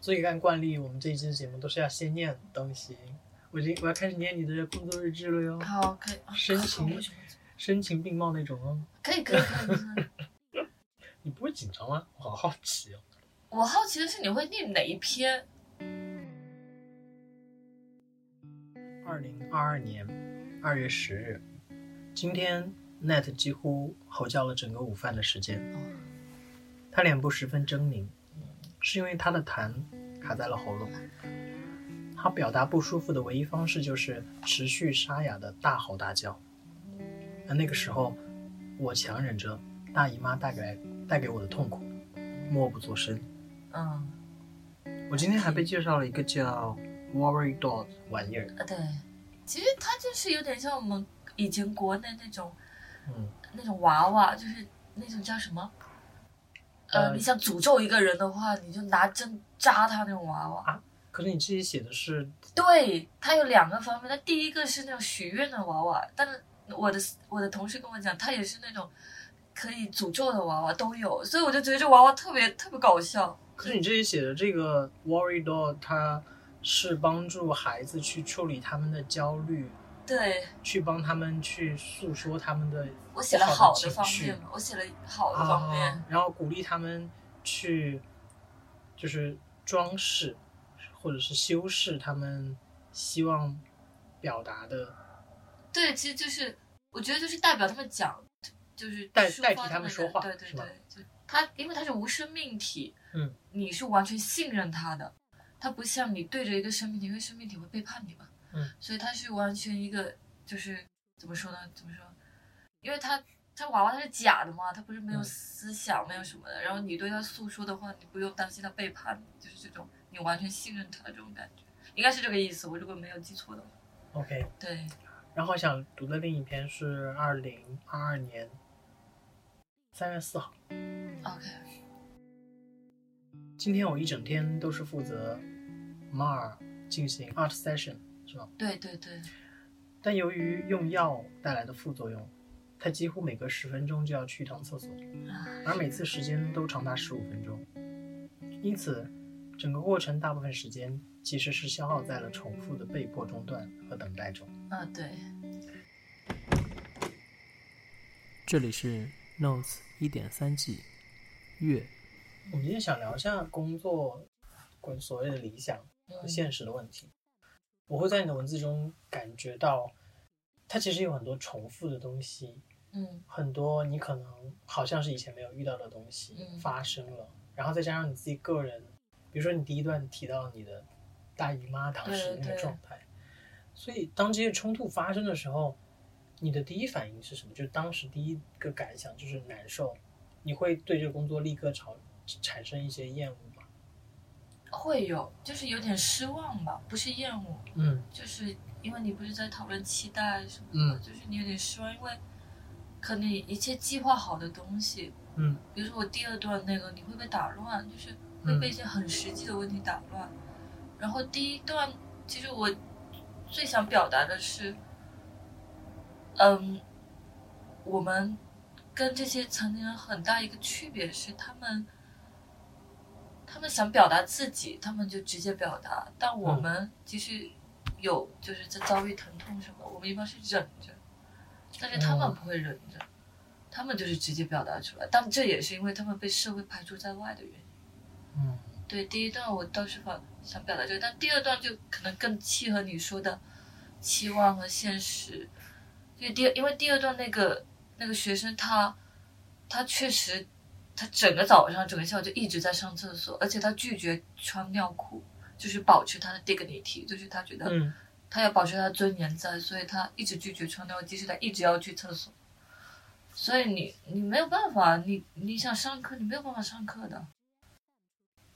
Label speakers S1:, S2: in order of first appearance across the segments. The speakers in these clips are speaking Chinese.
S1: 所以按惯例，我们这一期节目都是要先念东西。我已经我要开始念你的工作日志了哟，
S2: 好，可以。啊
S1: 深
S2: 可
S1: 哦情声情并茂那种哦。
S2: 以可以可以可以。可以
S1: 你不会紧张吗？我好好奇哦。
S2: 我好奇的是你会念哪一篇？
S1: 二零二二年二月十日，今天 Net 几乎吼叫了整个午饭的时间。他脸部十分狰狞，是因为他的痰卡在了喉咙。他表达不舒服的唯一方式就是持续沙哑的大吼大叫。而那个时候，我强忍着大姨妈带给带给我的痛苦，默不作声。
S2: 嗯，
S1: 我今天还被介绍了一个叫 Worry Dog 玩意儿。
S2: 啊对，其实它就是有点像我们以前国内那种
S1: 嗯，
S2: 那种娃娃，就是那种叫什么？呃，
S1: 呃
S2: 你想诅咒一个人的话，你就拿针扎他那种娃娃。
S1: 可是你自己写的是
S2: 对，它有两个方面。它第一个是那种许愿的娃娃，但是我的我的同事跟我讲，它也是那种可以诅咒的娃娃都有，所以我就觉得这娃娃特别特别搞笑。
S1: 可是你这里写的这个 worry dog，它是帮助孩子去处理他们的焦虑，
S2: 对
S1: 去帮他们去诉说他们的
S2: 我写了
S1: 不
S2: 好
S1: 好的
S2: 的
S1: 情
S2: 方
S1: 绪
S2: 面嘛，我写了好的方面。
S1: 啊，然后鼓励他们去就是装饰或者是修饰他们希望表达的，
S2: 对，其实就是我觉得就是代表他们讲，就是
S1: 代
S2: 抒
S1: 代替
S2: 发
S1: 他们
S2: 的
S1: 说话
S2: 对对
S1: 是吗
S2: 对，就他因为他是无生命体，
S1: 嗯，
S2: 你是完全信任他的，他不像你对着一个生命体，因为生命体会背叛你嘛，
S1: 嗯，
S2: 所以他是完全一个就是怎么说呢？怎么说？因为他他娃娃他是假的嘛，他不是没有
S1: 嗯
S2: 思想、没有什么的，然后你对他诉说的话，你不用担心他背叛你，就是这种你完全信任他这种感觉，应该是这个意思，我如果没有记错的话，
S1: OK，
S2: 对。
S1: 然后想读的另一篇是二零二二年三月四号。
S2: OK，
S1: 今天我一整天都是负责 Mar 进行 art session，是吧？
S2: 对对对，
S1: 但由于用药带来的副作用，他几乎每隔十分钟就要去一趟厕所，
S2: 啊
S1: 而每次时间都长达十五分钟。因此，整个过程大部分时间其实是消耗在了重复的被迫中断和等待中。
S2: 啊对，
S1: 这里是 Notes 一点三季月。我们今天想聊一下工作，关于所谓的理想。和
S2: 嗯
S1: 现实的问题。我会在你的文字中感觉到，它其实有很多重复的东西，
S2: 嗯
S1: 很多你可能好像是以前没有遇到的东西
S2: 嗯
S1: 发生了，然后再加上你自己个人，比如说你第一段提到你的大姨妈当时那
S2: 对
S1: 个
S2: 对
S1: 状态，所以当这些冲突发生的时候，你的第一反应是什么？就是当时第一个感想就是难受，你会对这个工作立刻产产生一些厌恶吗？
S2: 会有，就是有点失望吧，不是厌恶，
S1: 嗯
S2: 就是因为你不是在讨论期待什么的，
S1: 嗯
S2: 就是你有点失望，因为可能一切计划好的东西，
S1: 嗯
S2: 比如说我第二段那个，你会被打乱，就是会被一些很实际的问题打乱。然后第一段，其实我最想表达的是，嗯，我们跟这些成年人很大一个区别是，他们他们想表达自己，他们就直接表达，但我们其实有就是在遭遇疼痛什么，我们一般是忍着，但是他们
S1: 嗯
S2: 不会忍着。他们就是直接表达出来，但这也是因为他们被社会排除在外的原因。
S1: 嗯
S2: 对，第一段我倒是想想表达这个，但第二段就可能更契合你说的期望和现实。因为第因为第二段那个那个学生他他确实他整个早上整个下午就一直在上厕所，而且他拒绝穿尿裤，就是保持他的 dignity，就是他觉得
S1: 嗯
S2: 他要保持他的尊严在，所以他一直拒绝穿尿，即使他一直要去厕所。所以你你没有办法，你你想上课，你没有办法上课的。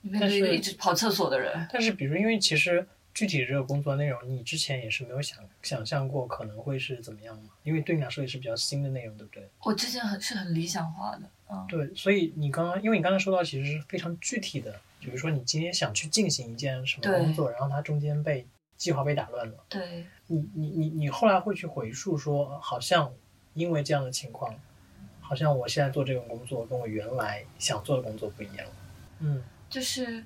S2: 你面对一个
S1: 但是
S2: 一直跑厕所的人，
S1: 但是，比如，因为其实具体这个工作内容，你之前也是没有想想象过可能会是怎么样嘛？因为对你来说也是比较新的内容，对不对？
S2: 我之前很是很理想化的，嗯，
S1: 对，所以你刚刚，因为你刚才说到，其实是非常具体的，比如说你今天想去进行一件什么
S2: 对
S1: 工作，然后它中间被计划被打乱了，
S2: 对
S1: 你你你你后来会去回溯说，呃好像因为这样的情况，好像我现在做这个工作跟我原来想做的工作不一样。嗯
S2: 就是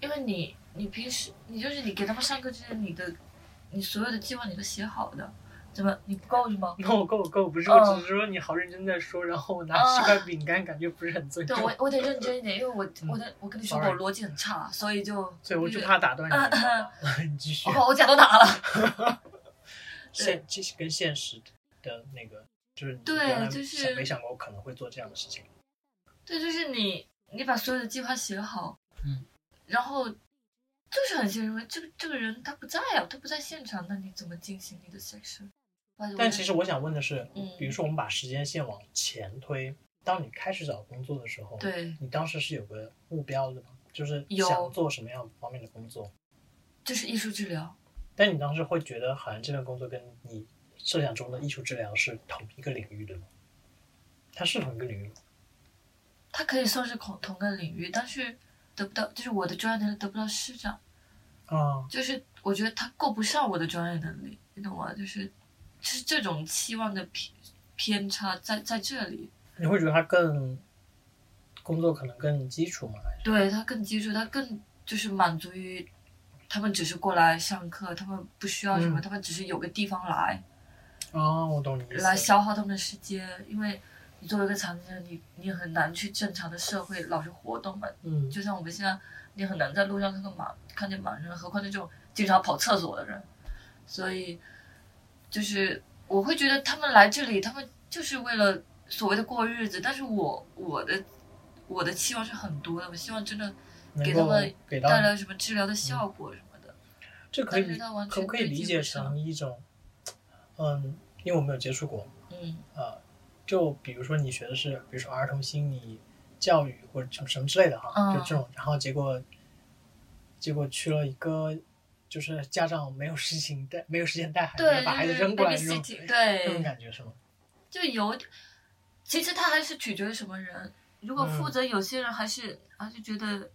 S2: 因为你你平时你就是你给他们上课之前，你的你所有的计划你都写好的，怎么你不够 是吗？
S1: 够够够，不是，
S2: 嗯
S1: 我只是说你好认真在说，然后我拿
S2: 嗯
S1: 十块饼干，感觉不是很尊
S2: 对
S1: 重，
S2: 我我得认真一点，因为我我的我跟你说
S1: 嗯
S2: 我
S1: Sorry
S2: 逻辑很差，所以就
S1: 所以我就
S2: 就是
S1: 怕打断
S2: 嗯
S1: 你，
S2: 嗯
S1: 你继续。
S2: 哦，我讲到哪了？
S1: 现这是跟现实的那个，就是你
S2: 对
S1: 原来
S2: 就是
S1: 想没想过我可能会做这样的事情。
S2: 对，就是你，你把所有的计划写好，
S1: 嗯，
S2: 然后就是很现实，这个这个人他不在啊，他不在现场，那你怎么进行你的 section？哇我
S1: 但其
S2: 觉得
S1: 实我想问的是，
S2: 嗯
S1: 比如说我们把时间线往前推，当你开始找工作的时候，
S2: 对，
S1: 你当时是有个目标的吗？就是
S2: 有
S1: 想做什么样方面的工作？
S2: 就是艺术治疗，
S1: 但你当时会觉得，好像这份工作跟你设想中的艺术治疗是同一个领域的吗？它是同一个领域吗，
S2: 它可以算是同同个领域，但是得不到，就是我的专业能力得不到施展，
S1: 啊，
S2: 就是我觉得他够不上我的专业能力，你懂吗？就是就是这种期望的偏偏差在在这里，
S1: 你会觉得它更工作可能更基础吗？还是
S2: 对他更基础，他更就是满足于他们只是过来上课，他们不需要什么，
S1: 嗯
S2: 他们只是有个地方来
S1: 啊，我懂你意思。
S2: 来消耗他们的时间，因为你作为一个残疾人，你你很难去正常的社会老是活动嘛，
S1: 嗯，
S2: 就像我们现在，你很难在路上看到盲看见盲人，何况那种经常跑厕所的人，所以就是我会觉得他们来这里，他们就是为了所谓的过日子，但是我我的我的期望是很多的，我希望真的。
S1: 能
S2: 给他
S1: 够
S2: 们
S1: 给到嗯
S2: 带来什么治疗的效果什么的。
S1: 这可以
S2: 但是它完全
S1: 可不可以理解
S2: 对接不上
S1: 成一种，嗯，因为我没有接触过，
S2: 嗯
S1: 啊，就比如说你学的是，比如说儿童心理教育或者什么什么之类的哈，
S2: 嗯
S1: 就这种，然后结果，结果去了一个，就是家长没有事情带，没有时间带孩子，
S2: 对，
S1: 把孩子
S2: 就是
S1: 扔过来这种
S2: babysitting，
S1: 这种
S2: 对，
S1: 感觉是吗？
S2: 就有点。其实他还是取决于什么人。如果
S1: 嗯
S2: 负责有些人还是、还是觉得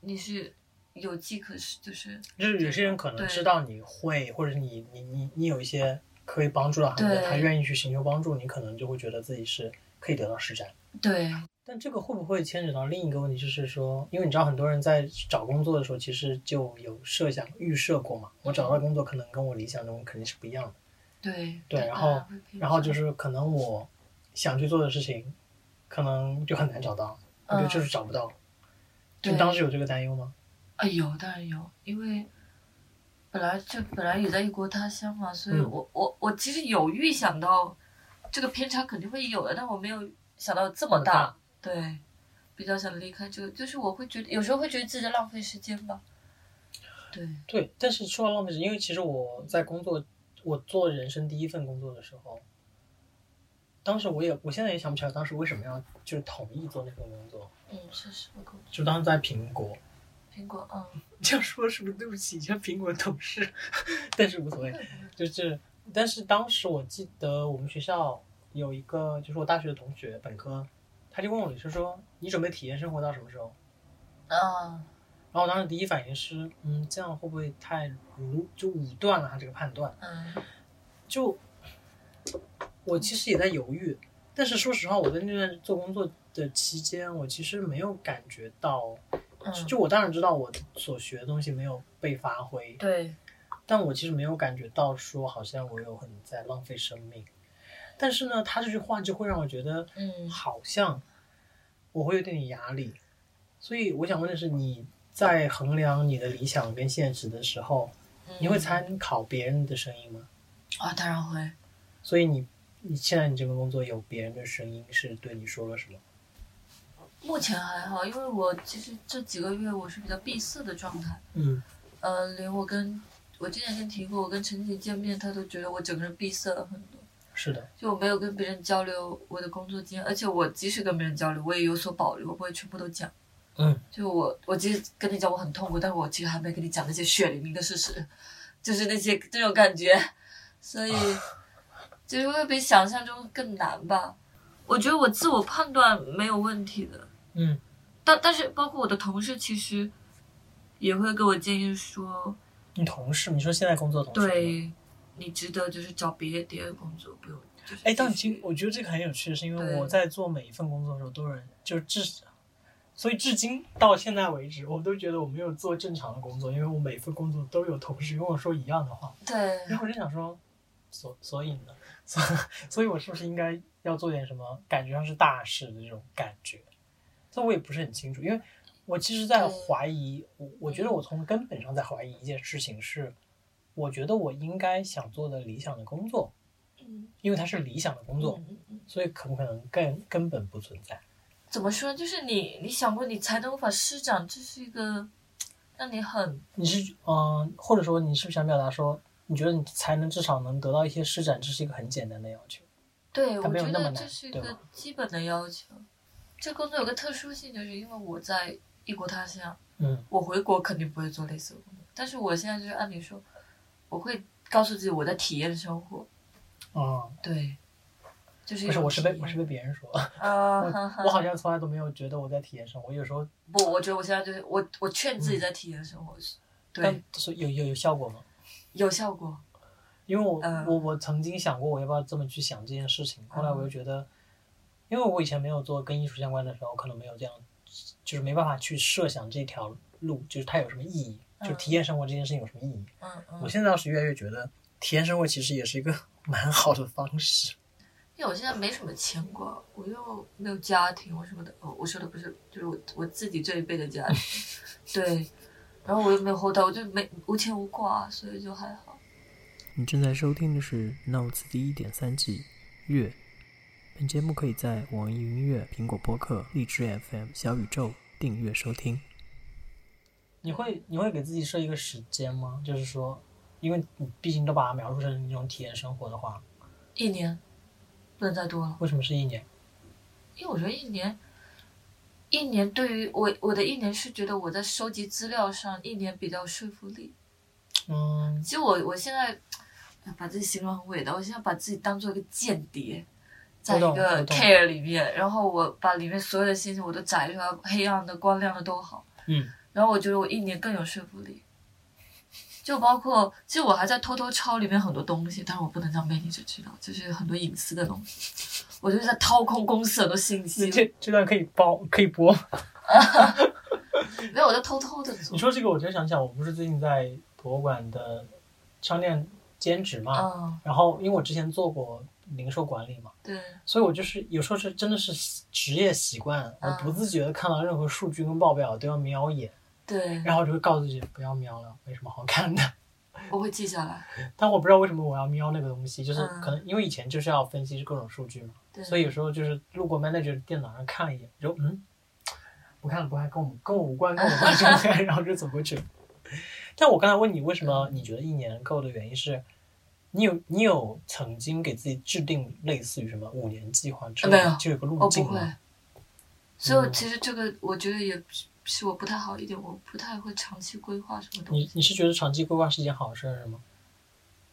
S2: 你是有迹可循，就是
S1: 就是有些人可
S2: 对
S1: 能知道你会，或者你你你你有一些可以帮助到孩子，
S2: 对
S1: 他愿意去寻求帮助，你可能就会觉得自己是可以得到施展。
S2: 对，
S1: 但这个会不会牵扯到另一个问题，就是说，因为你知道很多人在找工作的时候，其实就有设想、预设过嘛。我找到工作可能跟我理想中肯定是不一样的，
S2: 对
S1: 对
S2: 但
S1: 然后
S2: 当会偏
S1: 然后就
S2: 向
S1: 是可能我想去做的事情，可能就很难找到，或者
S2: 嗯
S1: 就是找不到。
S2: 对
S1: 你当时有这个担忧吗？
S2: 啊，有当然有，因为本来就本来也在异国他乡嘛，所以
S1: 嗯
S2: 我、我我其实有预想到这个偏差肯定会有的，但我没有想到这么
S1: 么大
S2: 对，比较想离开这个，就是我会觉得有时候会觉得自己在浪费时间吧。对，
S1: 对，但是说到浪费时间，因为其实我在工作，我做人生第一份工作的时候，当时我也，我现在也想不起来当时为什么要就是同意做那份工作，
S2: 嗯，是是，我跟
S1: 就当时在苹果。
S2: 苹果，嗯，
S1: 这样说是不是对不起以前苹果同事？ 但是无所谓，就是，但是当时我记得我们学校有一个，就是我大学的同学，本科，他就问我，就是说你准备体验生活到什么时候？
S2: 啊，
S1: 然后我当时第一反应是，嗯，这样会不会太武就武断了他这个判断？
S2: 嗯，
S1: 就我其实也在犹豫，但是说实话，我在那段做工作的期间，我其实没有感觉到，
S2: 嗯，
S1: 就我当然知道我所学的东西没有被发挥，
S2: 对，
S1: 但我其实没有感觉到说好像我有很在浪费生命。但是呢，他这句话就会让我觉得
S2: 嗯，
S1: 好像我会有点压力。所以我想问的是，你在衡量你的理想跟现实的时候，你会
S2: 嗯
S1: 参考别人的声音吗？
S2: 啊？当然会，
S1: 所以你你现在你这个工作有别人的声音是对你说了什么？
S2: 目前还好，因为我其实这几个月我是比较闭塞的状态。
S1: 嗯
S2: 呃，连我跟我之前跟提过，我跟陈姐见面，她都觉得我整个人闭塞了很多，
S1: 是的，
S2: 就我没有跟别人交流我的工作经验，而且我即使跟别人交流，我也有所保留，我不会全部都讲。
S1: 嗯，
S2: 就我我即使跟你讲我很痛苦，但是我其实还没跟你讲那些血淋淋的事实，就是那些这种感觉，所以 就是会比想象中更难吧。我觉得我自我判断没有问题的，
S1: 嗯
S2: 但但是包括我的同事其实也会给我建议说，
S1: 你同事，你说现在工作同事吗，
S2: 对，你值得就是找别别的工作，不用。就是
S1: 哎，但
S2: 继
S1: 其实
S2: 续
S1: 我觉得这个很有趣，是因为
S2: 对
S1: 我在做每一份工作的时候，都有人就是至少所以至今到现在为止，我都觉得我没有做正常的工作，因为我每份工作都有同事跟我说一样的话，
S2: 对，
S1: 然后我就想说，所所以呢， 所所以我是不是应该要做点什么，感觉上是大事的这种感觉？但我也不是很清楚，因为我其实在
S2: 对
S1: 怀疑，我我觉得我从根本上在怀疑一件事情是，我觉得我应该想做的理想的工作，
S2: 嗯，
S1: 因为它是理想的工作，
S2: 嗯嗯嗯
S1: 所以可不可能根根本不存在？
S2: 怎么说？就是你，你想过你才能无法施展，这是一个让你很
S1: 你是嗯、或者说你是不是想表达说，你觉得你才能至少能得到一些施展，这是一个很简单的要求？
S2: 对，
S1: 它
S2: 我
S1: 没有
S2: 觉
S1: 那么
S2: 得
S1: 难
S2: 这是一
S1: 对
S2: 个
S1: 吧
S2: 基本的要求。这工作有个特殊性，就是因为我在异国他乡，
S1: 嗯
S2: 我回国肯定不会做类似的工作。但是我现在就是按理说，我会告诉自己我在体验生活，嗯
S1: 啊，
S2: 对，就是一
S1: 不是，
S2: 种
S1: 我是被
S2: 体
S1: 我是
S2: 验
S1: 被别人说，
S2: 啊，
S1: 我
S2: 哈哈
S1: 我好像从来都没有觉得我在体验生活，我有时候
S2: 不，我觉得我现在就是我我劝自己在体验生活，对
S1: 嗯但，是有有有效果吗？
S2: 有效果，
S1: 因为我、
S2: 嗯
S1: 我我曾经想过我要不要这么去想这件事情，后来我又觉得，因为我以前没有做跟艺术相关的时候，可能没有这样，就是没办法去设想这条路，就是它有什么意义，
S2: 嗯
S1: 就体验生活这件事情有什么意义。
S2: 嗯
S1: 我
S2: 嗯，
S1: 现在倒是越来越觉得，体验生活其实也是一个 蛮好的方式。
S2: 因为我现在没什么牵挂，我又没有家庭，我什么的，哦，我说的不是，就是我我自己这一辈的家庭，对，然后我又没有后代，我就没无牵无挂，啊所以就还好。
S3: 你正在收听的是《Notes》第一点三季《月》。本节目可以在网易云音乐、苹果播客、荔枝 FM、小宇宙订阅收听。
S1: 你会你会给自己设一个时间吗？就是说，因为你毕竟都把它描述成一种体验生活的话，
S2: 一年不能再多了，
S1: 为什么是一年？
S2: 因为我觉得一年，一年对于我我的一年是觉得我在收集资料上一年比较有说服力。
S1: 嗯，
S2: 其实我我现在哎把自己形容很伟大，我现在把自己当做一个间谍，在
S1: 我
S2: 一
S1: 懂我
S2: 个
S1: 懂
S2: care 里面，然后我把里面所有的信息我都摘出来，黑暗的、光亮的都好。
S1: 嗯，
S2: 然后我觉得我一年更有说服力，就包括其实我还在偷偷抄里面很多东西，但是我不能让 manager 知道，就是很多隐私的东西。我就是在掏空公司很多信息，
S1: 这这段可以包可以播吗。
S2: 没有我在偷偷的 做
S1: 你。说这个，我就想起来，我不是最近在博物馆的商店兼职嘛，
S2: 嗯，
S1: 然后因为我之前做过零售管理嘛，
S2: 对，
S1: 所以我就是有时候是真的是职业习惯，我
S2: 嗯
S1: 不自觉的看到任何数据跟报表我都要瞄一眼，
S2: 对，
S1: 然后我就会告诉自己不要瞄了，没什么好看的。
S2: 我会记下来。
S1: 但我不知道为什么我要瞄那个东西，就是
S2: 嗯
S1: 可能因为以前就是要分析各种数据嘛，
S2: 对，
S1: 所以有时候就是路过 manager 电脑上看一眼，就嗯，不看了不看，跟我跟我无关，跟我无关，跟我无关 然后就走过去了。但我刚才问你为什么
S2: 嗯
S1: 你觉得一年够的原因是，你有你有曾经给自己制定类似于什么五年计划之类
S2: 没有
S1: 的，就有个路
S2: 我哦不
S1: 径
S2: 会
S1: 吗？。
S2: 所以我
S1: 嗯
S2: 其实这个我觉得也是是我不太好一点，我不太会长期规划什么东
S1: 你
S2: 西。
S1: 你是觉得长期规划是一件好事儿是吗？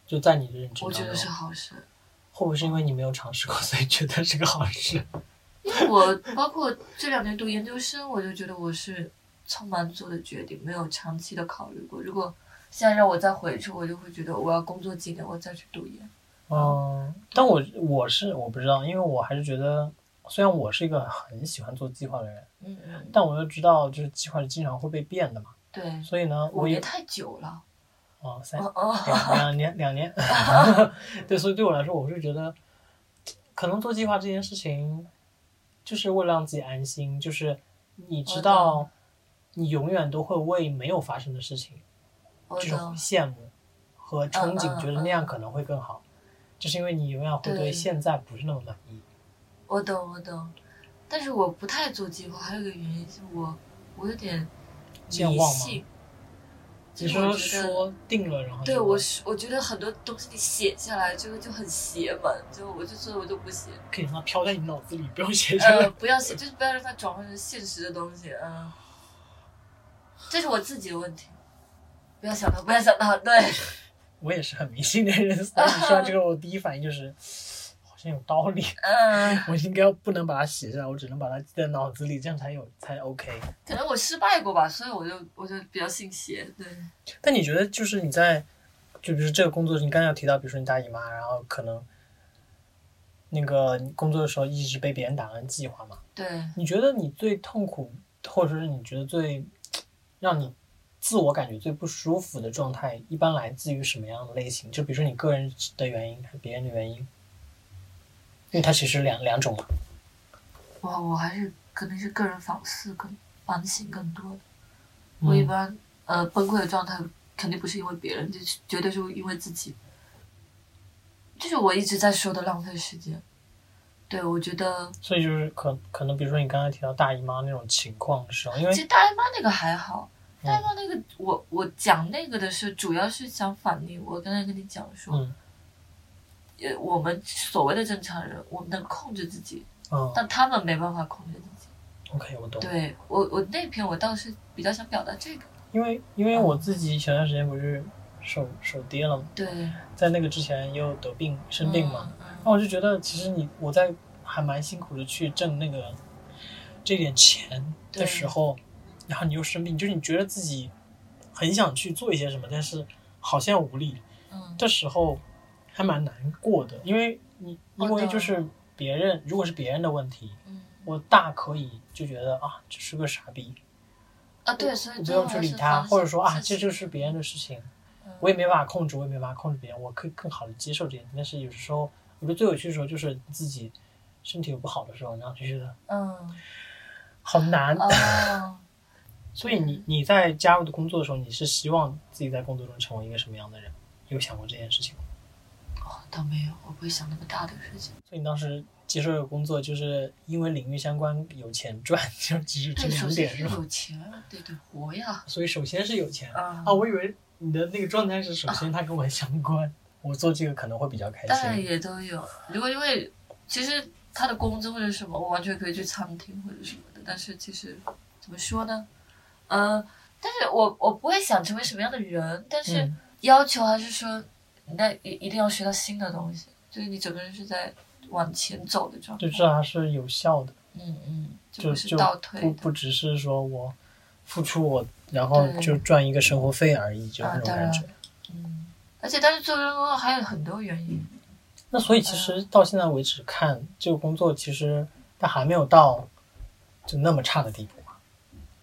S1: 就在你的认知哦
S2: 我
S1: 当
S2: 觉
S1: 中，
S2: 得是好事，
S1: 会不会是因为你没有尝试过，所以觉得是个好事？
S2: 因为我包括这两年读研究生，我就觉得我是匆忙做的决定，没有长期的考虑过。如果现在让我再回去，我就会觉得我要工作几年，我再去读研。
S1: 嗯，但我我是我不知道，因为我还是觉得，虽然我是一个很喜欢做计划的人，
S2: 嗯嗯，
S1: 但我又知道就是计划是经常会被变的嘛，
S2: 对，
S1: 所以呢，
S2: 五
S1: 我
S2: 年
S1: 也
S2: 太久了。
S1: 哦三
S2: 哦哦，
S1: 两两年两 年，对，所以对我来说，我是觉得，可能做计划这件事情，就是为了让自己安心，就是你知
S2: 我
S1: 道，你永远都会为没有发生的事情
S2: 我
S1: 这种
S2: 懂。
S1: 羡慕和憧
S2: 嗯嗯
S1: 憬，觉得那样
S2: 嗯
S1: 可能会更好，就是因为你永远会
S2: 对
S1: 对现在不是那么满意。
S2: 我懂，我懂，但是我不太做计划，还有一个原因是我我有点
S1: 健
S2: 迷
S1: 忘吗
S2: 信。就
S1: 你
S2: 是我
S1: 说
S2: 觉得
S1: 说定了，然后
S2: 对
S1: 就
S2: 我是我觉得很多东西你写下来这个就很邪门，就我就所以我就不写，
S1: 可以让它飘在你脑子里，不用写出来。
S2: 呃，不要写，就是不要让它转换成现实的东西，嗯、这是我自己的问题，不要想到，不要想到， 对，
S1: 我也是很迷信的人，所以你说到这个，我第一反应就是 好像有道理，
S2: 嗯、
S1: 我应该不能把它写下来，我只能把它记在脑子里，这样才有才 OK。
S2: 可能我失败过吧，所以我就我就比较信邪，对，
S1: 但你觉得就是你在，就比如这个工作，你刚刚有提到，比如说你大姨妈，然后可能那个你工作的时候一直被别人打乱计划嘛？
S2: 对，
S1: 你觉得你最痛苦或者是你觉得最让你自我感觉最不舒服的状态，一般来自于什么样的类型？就比如说你个人的原因，还是别人的原因？因为它其实两两种嘛。
S2: 我我还是可能是个人反思跟反省更多的。我
S1: 嗯
S2: 一般呃崩溃的状态肯定不是因为别人，就是绝对是因为自己。就是我一直在说的浪费时间。对，我觉得
S1: 所以就是可可能，比如说你刚才提到大姨妈那种情况的时候，因为
S2: 其实大姨妈那个还好，
S1: 哎嗯
S2: 大姨妈那个我我讲那个的是主要是想反映我刚才跟你讲说，
S1: 嗯
S2: 呃，我们所谓的正常人，我们能控制自己，
S1: 嗯
S2: 但他们没办法控制自己。
S1: ，OK，我懂。
S2: 对我我那篇我倒是比较想表达这个，
S1: 因为因为我自己前段时间不是手手跌了嘛，
S2: 对，
S1: 在那个之前又得病生病嘛，
S2: 嗯，
S1: 那我就觉得其实你我在还蛮辛苦的去挣那个这点钱的时候，然后你又生病，就是你觉得自己很想去做一些什么，但是好像无力
S2: 嗯
S1: 的时候，还蛮难过的，因为你因
S2: 我
S1: 为
S2: 懂
S1: 就是别人如果是别人的问题，
S2: 嗯
S1: 我大可以就觉得啊这是个傻逼，
S2: 啊，对，所以
S1: 我不
S2: 最后
S1: 用去
S2: 还
S1: 理
S2: 是
S1: 他，
S2: 反
S1: 或者
S2: 省
S1: 说啊
S2: 自
S1: 这
S2: 己
S1: 就是别人的事情。
S2: 嗯
S1: 我也没办法控制，我也没办法控制别人，我可以更好的接受这件事。但是有时候，我觉得最有趣的时候就是自己身体有不好的时候，然后就觉得
S2: 嗯
S1: 好难。
S2: 哦，
S1: 所以你你在加入的工作的时候，你是希望自己在工作中成为一个什么样的人？有想过这件事情吗？
S2: 哦倒没有，我不会想那么大的事情，
S1: 所以你当时接受这个工作，就是因为领域相关有钱赚， 就只是这
S2: 对，哎首
S1: 两
S2: 先
S1: 点
S2: 是
S1: 是吧？
S2: 有钱，对对，活呀，
S1: 所以首先是有钱
S2: 啊
S1: 啊，我以为你的那个状态是首先它跟我相关，我做这个可能会比较开
S2: 当然
S1: 心。
S2: 也都有。如果因为其实他的工作或者什么，我完全可以去餐厅或者什么的。但是其实怎么说呢？呃，但是我我不会想成为什么样的人，但是
S1: 嗯
S2: 要求还是说，那一一定要学到新的东西，就是你整个人是在往前走的状态
S1: 就。至少它是有效的。
S2: 嗯嗯，就
S1: 就
S2: 不是
S1: 就
S2: 倒退
S1: 不
S2: 的。
S1: 不只是说我付出我，然后
S2: 对
S1: 就赚一个生活费而已，就
S2: 啊
S1: 那种
S2: 当
S1: 感
S2: 然
S1: 觉。
S2: 嗯，而且但是做这个工作还有很多原因。
S1: 那所
S2: 嗯
S1: 以其实到现在为止看这个工作，其实它还没有到就那么差的地步嘛。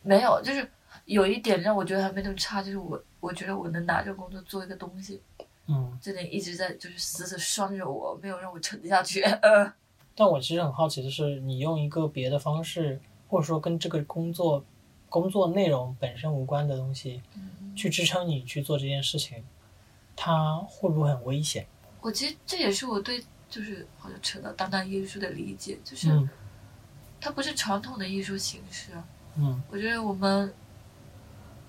S2: 没有，就是有一点让我觉得还没那么差，就是我我觉得我能拿这个工作做一个东西，
S1: 嗯，
S2: 这点一直在就是死死拴着我，没有让我沉下去。 呃，
S1: 但我其实很好奇的是，你用一个别的方式，或者说跟这个工作工作内容本身无关的东西
S2: 嗯
S1: 去支撑你去做这件事情，它会不会很危险？
S2: 我其实这也是我对就是好像扯到当代艺术的理解，就是、
S1: 嗯
S2: 它不是传统的艺术形式啊。
S1: 嗯
S2: 我觉得我们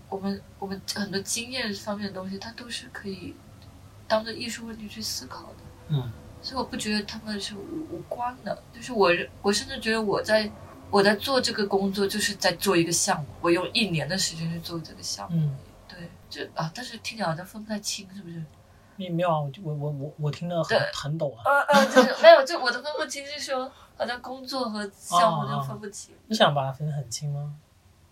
S2: 我们我们很多经验方面的东西，它都是可以当做艺术问题去思考的。
S1: 嗯
S2: 所以我不觉得他们是无无关的，就是我我甚至觉得我在我在做这个工作，就是在做一个项目，我用一年的时间去做这个项目，
S1: 嗯，
S2: 对，就啊，但是听起来好像分不太清，是不是？
S1: 没没有啊，我就我我我我听得很
S2: 对
S1: 很懂啊。
S2: 呃 呃，就是没有，就我的分不清是说好像工作和项目就分不清，
S1: 你想把它分得很清吗？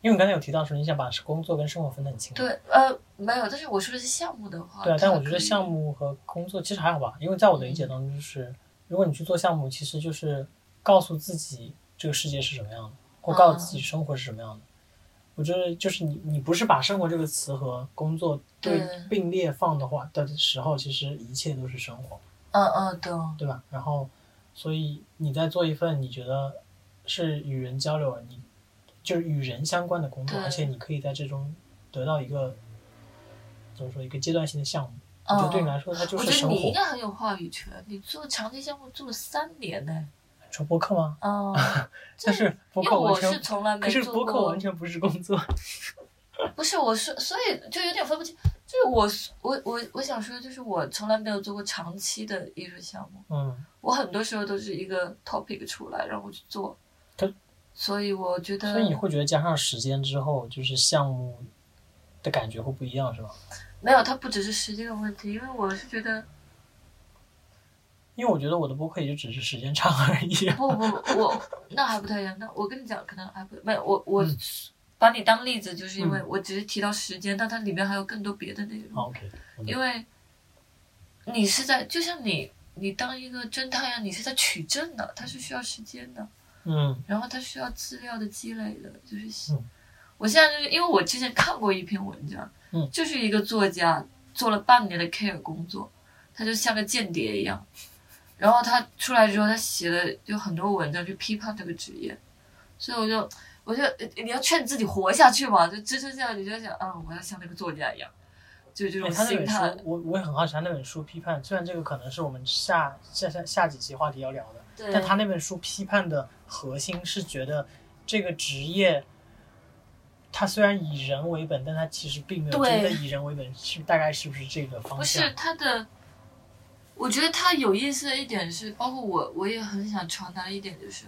S1: 因为你刚才有提到说你想把工作跟生活分得很清。
S2: 对，呃，没有，但是我说的是项目的话，
S1: 对啊，但我觉
S2: 它可
S1: 得
S2: 以嗯
S1: 项，目和工作其实还好吧，因为在我的理解当中，就是如果你去做项目，其实就是告诉自己这个世界是什么样的，
S2: 嗯
S1: 或告诉自己生活是什么样的。我觉得就是你你不是把生活这个词和工作对
S2: 对
S1: 并列放的话的时候，其实一切都是生活。
S2: 嗯嗯，懂，
S1: 对吧？然后，所以你在做一份你觉得是与人交流，你就是与人相关的工作，
S2: 对
S1: 而且你可以在这中得到一个怎么说一个阶段性的项目。我觉得对你
S2: 嗯。
S1: 来说，它就
S2: 我
S1: 是
S2: 觉得
S1: 生
S2: 你应
S1: 活。
S2: 该很有话语权，你做长期项目做了三年呢，
S1: 说播客吗？
S2: 嗯，
S1: 但是播
S2: 因为
S1: 客
S2: 我
S1: 完
S2: 是
S1: 全，
S2: 从来
S1: 可
S2: 没
S1: 是
S2: 做
S1: 播客
S2: 过
S1: 完，全不是工 作。
S2: 不是我是，所以就有点分不清。就是我我我我想说，就是我从来没有做过长期的艺术项目，
S1: 嗯，
S2: 我很多时候都是一个 topic 出来让我去做
S1: 可，
S2: 所以我觉得
S1: 所以你会觉得加上时间之后，就是项目的感觉会不一样，是吧？
S2: 没有，它不只是时间的问题，因为我是觉得
S1: 因为我觉得我的播客也就只是时间长而已。
S2: 不不不，我那还不太一样。那我跟你讲，可能还不没有我我
S1: 嗯
S2: 把你当例子，就是因为
S1: 嗯
S2: 我只是提到时间，但它里面还有更多别的内容。
S1: OK，我懂
S2: 因为你是在，就像你你当一个侦探呀，你是在取证的，它是需要时间的。
S1: 嗯
S2: 然后它需要资料的积累的，就是、
S1: 嗯
S2: 我现在就是因为我之前看过一篇文章，
S1: 嗯
S2: 就是一个作家做了半年的 care 工作，他就像个间谍一样，然后他出来之后，他写了就很多文章去批判这个职业，所以我就我就呃你要劝自己活下去嘛，就支撑下来，你就在想，嗯，我要像那个作家一样，就是这
S1: 哎
S2: 种
S1: 他那
S2: 心
S1: 本
S2: 态
S1: 书，，我我也很好奇他那本书批判，虽然这个可能是我们下下下下几期话题要聊的，
S2: 对，
S1: 但他那本书批判的核心是觉得这个职业，它虽然以人为本，但它其实并没有
S2: 对
S1: 真的以人为本，是大概是不是这个方
S2: 不
S1: 向
S2: 是？他的，我觉得他有意思的一点是，包括我，我也很想传达一点，就是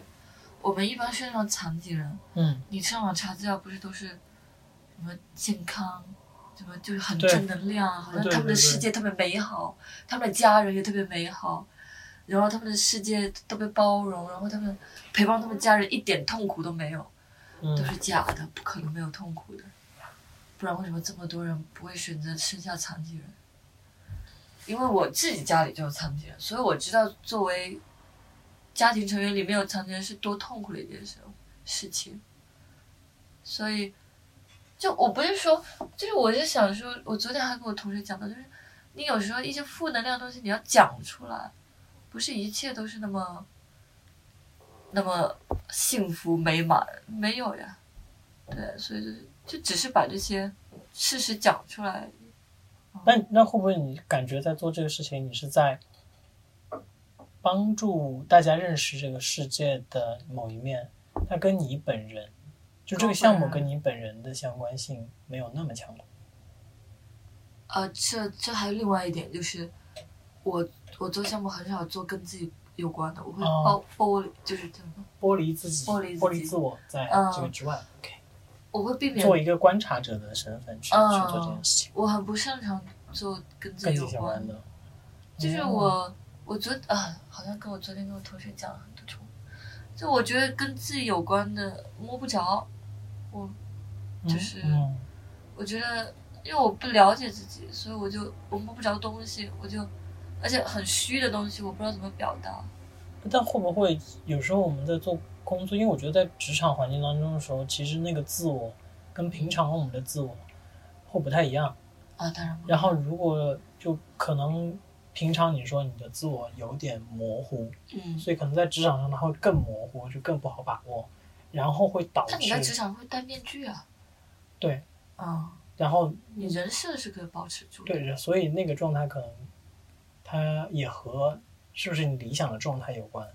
S2: 我们一般是那种残疾人，
S1: 嗯，
S2: 你上网查资料不是都是什么健康，什么就是很
S1: 对
S2: 正能量啊，好像
S1: 对
S2: 他们的
S1: 对对
S2: 世界特别美好，他们的家人也特别美好，然后他们的世界特别包容，然后他们陪伴他们家人一点痛苦都没有，
S1: 嗯
S2: 都是假的，不可能没有痛苦的，不然为什么这么多人不会选择生下残疾人？因为我自己家里就有残疾人，所以我知道作为家庭成员里面有残疾人是多痛苦的一件事事情。所以，就我不是说，就是我就想说，我昨天还跟我同学讲到，就是你有时候一些负能量的东西你要讲出来，不是一切都是那么那么幸福美满，没有呀。对，所以就是就只是把这些事实讲出来。
S1: 那那会不会你感觉在做这个事情，你是在帮助大家认识这个世界的某一面？那跟你本人，就这个项目
S2: 当然
S1: 跟你本人的相关性没有那么强吧？
S2: 呃，这这还有另外一点就是，我我做项目很少做跟自己有关的，我会
S1: 哦
S2: 包剥离，就是这种，
S1: 剥离自己，
S2: 剥离自己
S1: 剥离自我，在
S2: 嗯
S1: 这个之外，OK，
S2: 我会避免
S1: 做一个观察者的身份去、
S2: 嗯
S1: 去做这件事情，
S2: 我很不擅长做跟自
S1: 跟
S2: 己
S1: 自
S2: 有
S1: 己相
S2: 关
S1: 关，的。
S2: 就是
S1: 嗯
S2: 我我昨啊，好像跟我昨天跟我同学讲了很多种，就我觉得跟自己有关的摸不着，我
S1: 嗯
S2: 就是
S1: 嗯
S2: 我觉得，因为我不了解自己，所以我就我摸不着东西，我就，而且很虚的东西，我不知道怎么表达。
S1: 但会不会有时候我们在做工作，因为我觉得在职场环境当中的时候，其实那个自我跟平常我们的自我会不太一样。
S2: 啊，当然不。
S1: 然后如果就可能平常你说你的自我有点模糊，
S2: 嗯，
S1: 所以可能在职场上它会更模糊，就更不好把握，然后会导
S2: 那你在职
S1: 致
S2: 场会戴面具啊？
S1: 对，
S2: 啊，
S1: 然后
S2: 你人设是可以保持住的。
S1: 对，所以那个状态可能它也和是不是你理想的状态有关。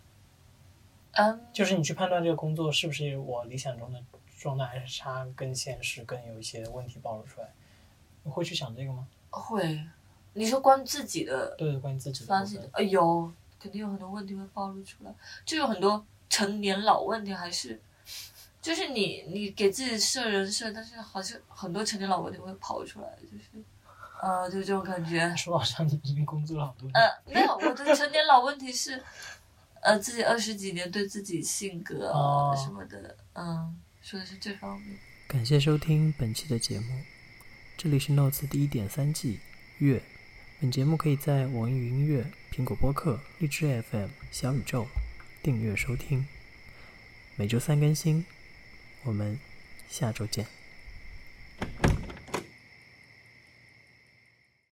S2: 嗯，
S1: 就是你去判断这个工作是不是我理想中的状态，还是它跟现实更有一些问题暴露出来，你会去想这个吗？
S2: 会。你说关于自己的
S1: 对，关于自己的
S2: 关
S1: 部
S2: 系
S1: 分，
S2: 呃，有肯定有很多问题会暴露出来，就有很多成年老问题，还是就是你你给自己设人设，但是好像很多成年老问题会跑出来，就是呃，就这种感觉。
S1: 说好像你已经工作了好多年，
S2: 呃，没有，我的成年老问题是，呃，自己二十几年对自己性格啊
S1: 哦
S2: 什么的，嗯，说的是这方面。
S3: 感谢收听本期的节目，这里是 Notes 第一点三季月。本节目可以在网易云音乐、苹果播客、荔枝 FM、小宇宙订阅收听，每周三更新。我们下周见。